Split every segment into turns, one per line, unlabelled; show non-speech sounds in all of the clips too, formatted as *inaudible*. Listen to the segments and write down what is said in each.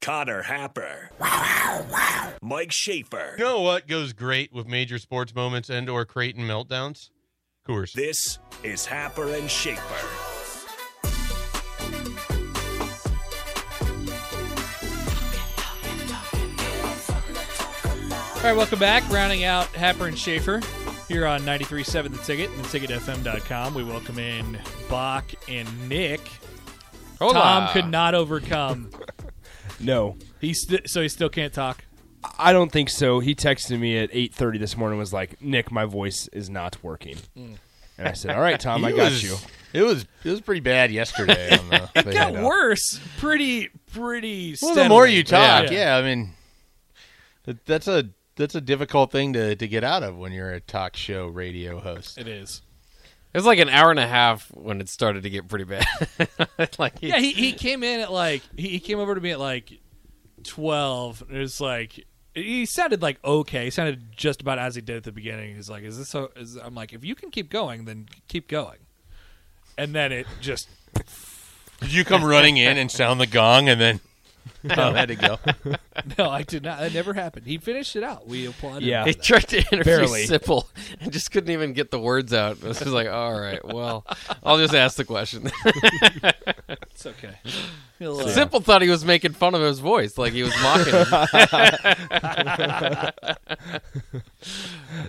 Connor Happer. Mike Schaefer.
You know what goes great with major sports moments and or Creighton meltdowns? Coors.
This is Happer and Schaefer.
All right, welcome back. Rounding out Happer and Schaefer here on 93.7 The Ticket and theticketfm.com. We welcome in Bach and Nick. Tom could not overcome.
No,
He's st- so he still can't talk.
I don't think so. He texted me at 8:30 this morning. and Was like, Nick, my voice is not working. And I said, All right, Tom, I
It
got
was-
you.
It was it was pretty bad *laughs* yesterday. on the,
It got worse. Pretty, pretty.
Well, the more you
steadily.
talk, yeah. I mean, that- that's a that's a difficult thing to, to get out of when you're a talk show radio host.
it is.
It was like an hour and a half when it started to get pretty bad. *laughs* like he,
Yeah, he, he came in at like he, he came over to me at like twelve. And it was like he sounded like okay. He sounded just about as he did at the beginning. He's like, "Is this so?" Is, I'm like, "If you can keep going, then keep going." And then it just
*laughs*
*laughs*
Did you come running in and sound the gong and *laughs* then? Oh, had to go.
no, I did not. That never happened. He finished it out. We applauded.
Yeah.
he tried to interview
Barely.
Sipple and just couldn't even get the words out. I was just like, all right, well, I'll just ask the question. *laughs*
it's okay. He'll, uh,
Sipple thought he was making fun of his voice, like he was mocking him.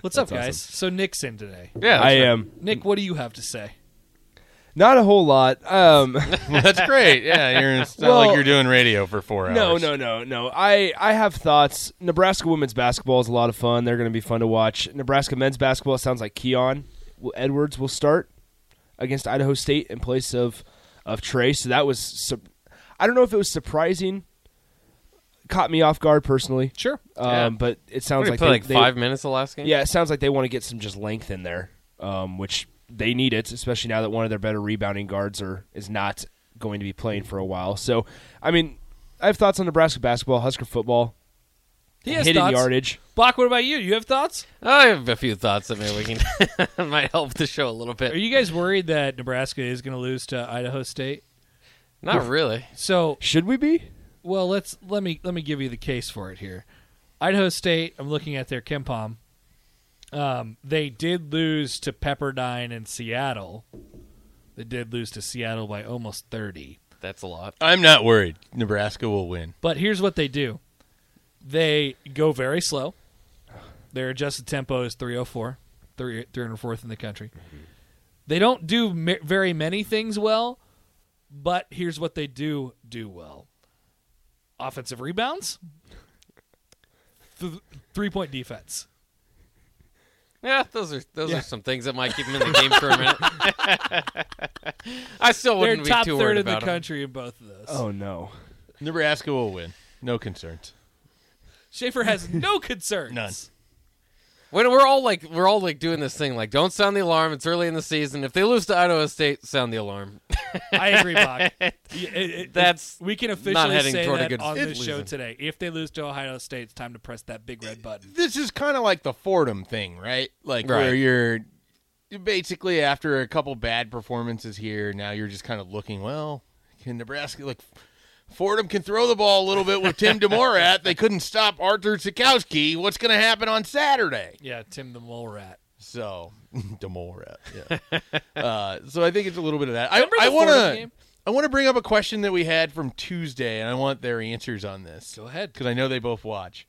What's up, guys? So Nick's in today.
Yeah,
I am
Nick, what do you have to say?
not a whole lot. Um,
That's great. Yeah, you're, it's not
Well-
like you're doing radio for four hours.
no, no, no, no. I I have thoughts. Nebraska women's basketball is a lot of fun. They're going to be fun to watch. Nebraska men's basketball sounds like Keon will- Edwards will start against Idaho State in place of of Trey. So that was su- I don't know if it was surprising. Caught me off guard personally.
Sure.
Um,
Yeah.
but it
I
sounds like
like,
they,
like
they-
five minutes the last game.
Yeah, it sounds like they want to get some just length in there, um, which they need it, especially now that one of their better rebounding guards are is not going to be playing for a while. So, I mean, I have thoughts on Nebraska basketball, Husker football,
He has
hidden
thoughts.
yardage.
Bach, what about you? You have thoughts?
I have a few thoughts that maybe we can *laughs* might help the show a little bit.
Are you guys worried that Nebraska is going to lose to Idaho State?
Not really.
So
Should we be?
Well, let's let me let me give you the case for it here. Idaho State. I'm looking at their Kempom. Um, they did lose to Pepperdine and Seattle. They did lose to Seattle by almost 30.
That's a lot.
I'm not worried. Nebraska will win.
But here's what they do: they go very slow. Their adjusted tempo is 304, three- 304th in the country.
Mm-hmm.
They don't do ma- very many things well, but here's what they do do well: offensive rebounds, th- three point defense.
Yeah, those are those are some things that might keep him in the game for a minute. *laughs* I still
They're
wouldn't
top
be too
third
worried
in the
about him.
country in both of those.
Oh no.
Nebraska will win. No concerns.
*laughs*
Schaefer has no concerns.
None.
When we're all like we're all like doing this thing like don't sound the alarm. It's early in the season. If they lose to Idaho State, sound the alarm.
I agree, Bach. Y- it- it-
*laughs* That's
*laughs* we can
not
officially
heading
say
toward a
that
good
on
s-
this show
losing.
today. If they lose to Ohio State, it's time to press that big red button.
This is kind of like the Fordham thing, right? Like where
Right.
you're you're basically after a couple bad performances here, now you're just kind of looking, well, can Nebraska like Fordham can throw the ball a little bit with Tim Demorat. They couldn't stop Arthur Sikowski. What's going to happen on Saturday?
Yeah, Tim the mole rat.
So *laughs* Demorat,
*laughs*
yeah. uh, so I think it's a little bit of that. I,
Remember the
I want
Fordham
to
game?
I want to bring up a question that we had from Tuesday, and I want their answers on this
Go ahead.
because I know they both watch.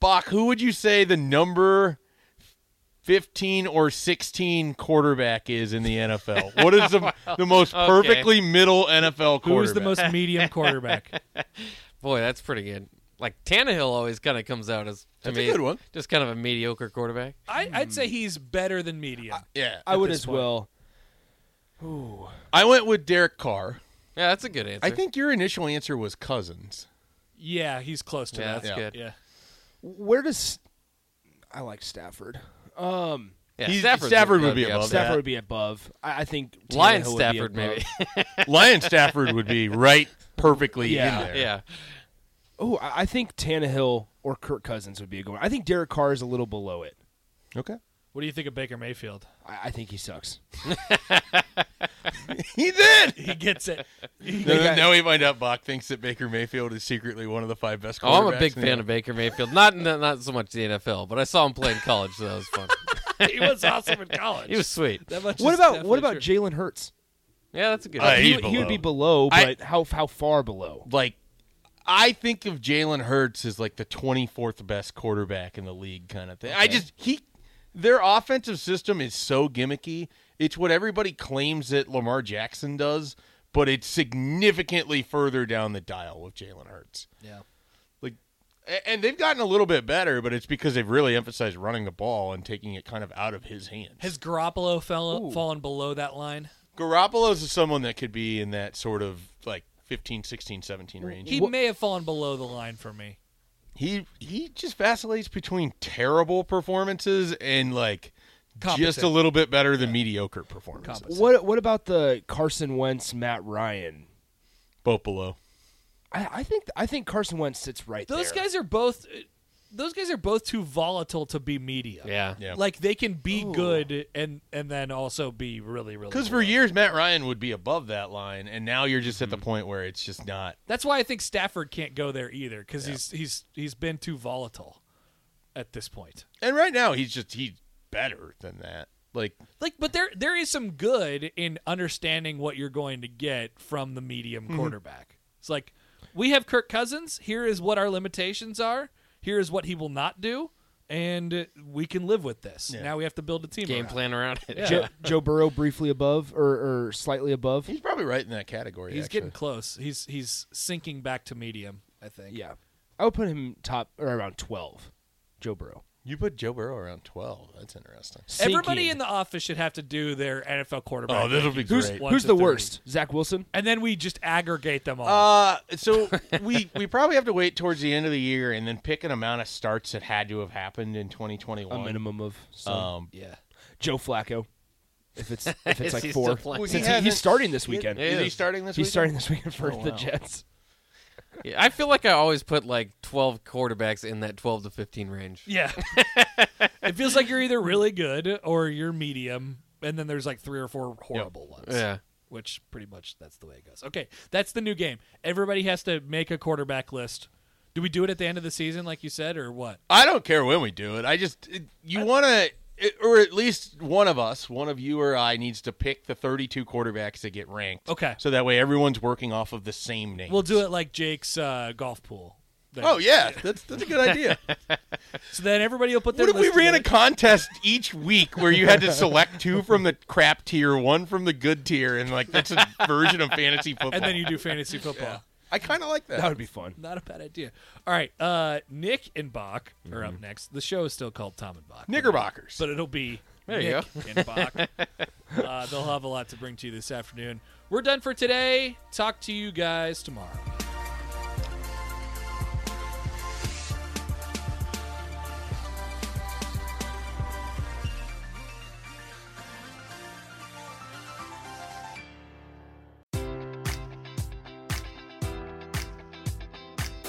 Bach, who would you say the number 15 or 16 quarterback is in the NFL? What is
*laughs*
the, the most
Okay.
perfectly middle NFL quarterback?
Who is the most medium
*laughs*
quarterback?
Boy, that's pretty good. Like Tannehill always kind of comes out as to
That's a
me,
good one.
Just kind of a mediocre quarterback.
I, I'd say he's better than medium.
Yeah.
I
at
would
this
as
point.
well.
I went with Derek Carr.
Yeah, that's a good answer.
I think your initial answer was Cousins.
Yeah, he's close to
Yeah,
that.
that's
Yeah.
good.
Yeah.
Where does I like Stafford? Um,
Yeah,
He's-
Stafford's
Stafford
gotta
would be above
Stafford
that.
would be above. I, I think
*laughs* Lion
Tannehill would be
Stafford,
above.
maybe.
Lion Stafford would be right perfectly
Yeah.
in there.
yeah.
Oh, I I think Tannehill or Kirk Cousins would be a good one. I think Derek Carr is a little below it.
Okay.
What do you think of Baker Mayfield?
I, I think he sucks.
He did.
He gets it.
now, now we find out Bach thinks that Baker Mayfield is secretly one of the five best quarterbacks.
Oh, I'm a big
in the
fan of Baker Mayfield. Not not not so much the NFL, but I saw him play in college, so that was fun.
*laughs* he was awesome in college.
*laughs* he was sweet.
That *laughs* much
What
is
about what
definitely
about Jalen Hurts?
Yeah, that's a good.
Uh,
answer.
He's
he, he would be below,
I-
but how how far below?
like I think of Jalen Hurts as like the 24th best quarterback in the league kind of thing. I just he their offensive system is so gimmicky. It's what everybody claims that Lamar Jackson does, but it's significantly further down the dial with Jalen Hurts.
Yeah.
Like a- and they've gotten a little bit better, but it's because they've really emphasized running the ball and taking it kind of out of his hands.
Has Garoppolo fell, fallen below that line?
Garoppolo's is someone that could be in that sort of like 15, 16, 17 range.
He may have fallen below the line for me.
he he just vacillates between terrible performances and like just a
Competent.
little bit better than mediocre performances.
Competent.
What what about the Carson Wentz Matt Ryan?
Both below.
I, I think I think Carson Wentz sits right
Those
there.
guys are both. Those guys are both too volatile to be media.
Yeah.
Yeah.
Like they can be good and and then also be really really.
Because for
low.
years Matt Ryan would be above that line, and now you're just at the point where it's just not.
that's why I think Stafford can't go there either because he's he's he's been too volatile at this point.
And right now he's just he's better than that. Like
Like, but there there is some good in understanding what you're going to get from the medium quarterback. It's like we have Kirk Cousins. Here is what our limitations are. Here is what he will not do, and we can live with this. Now we have to build a team.
Game
around
plan around it.
Yeah.
Joe, Joe Burrow briefly above or, or slightly above.
he's probably right in that category.
it. He's
actually.
getting close. He's he's sinking back to medium. I think.
Yeah, I would put him top or around twelve. Joe Burrow.
You put Joe Burrow around 12. That's interesting.
Everybody in the office should have to do their NFL quarterback.
Oh, this'll be great.
rankings.
Who's,
One
who's
to
the
three.
worst? Zach Wilson?
And then we just aggregate them all.
Uh, *laughs* so we we probably have to wait towards the end of the year and then pick an amount of starts that had to have happened in 2021.
A minimum of some.
Um,
Yeah.
Joe Flacco. If it's if
*laughs* Is
it's
he
like
still
four,
playing?
Well, he
since he
hasn't-
he's starting this weekend.
Is he starting this
He's
weekend?
starting this weekend for
Oh,
the
wow.
Jets.
Yeah, I feel like I always put like 12 quarterbacks in that 12 to 15 range.
yeah. *laughs* it feels like you're either really good or you're medium, and then there's like three or four horrible ones.
Yeah.
Which pretty much that's the way it goes. Okay, that's the new game. Everybody has to make a quarterback list. Do we do it at the end of the season, like you said, or what?
I don't care when we do it. I just it, you want to, or at least one of us, one of you or I, needs to pick the 32 quarterbacks that get ranked.
Okay.
So that way everyone's working off of the same name.
We'll do it like Jake's uh, golf pool. Then.
Oh yeah, *laughs* that's that's a good
*laughs*
idea.
So then everybody will put their
what if we
list
ran a
together.
contest each week where you had
*laughs*
to select two from the crap tier, one from the good tier, and like that's
*laughs*
a version of fantasy football?
and then
*laughs*
you do fantasy football.
I kind of like that.
That would be fun.
Not a bad idea. All right, uh, Nick and Bach are up next. The show is still called Tom and Bach,
Knickerbockers.
but it'll be
There you
Nick and Bach.
*laughs*
Uh, they'll have a lot to bring to you this afternoon. We're done for today. Talk to you guys tomorrow.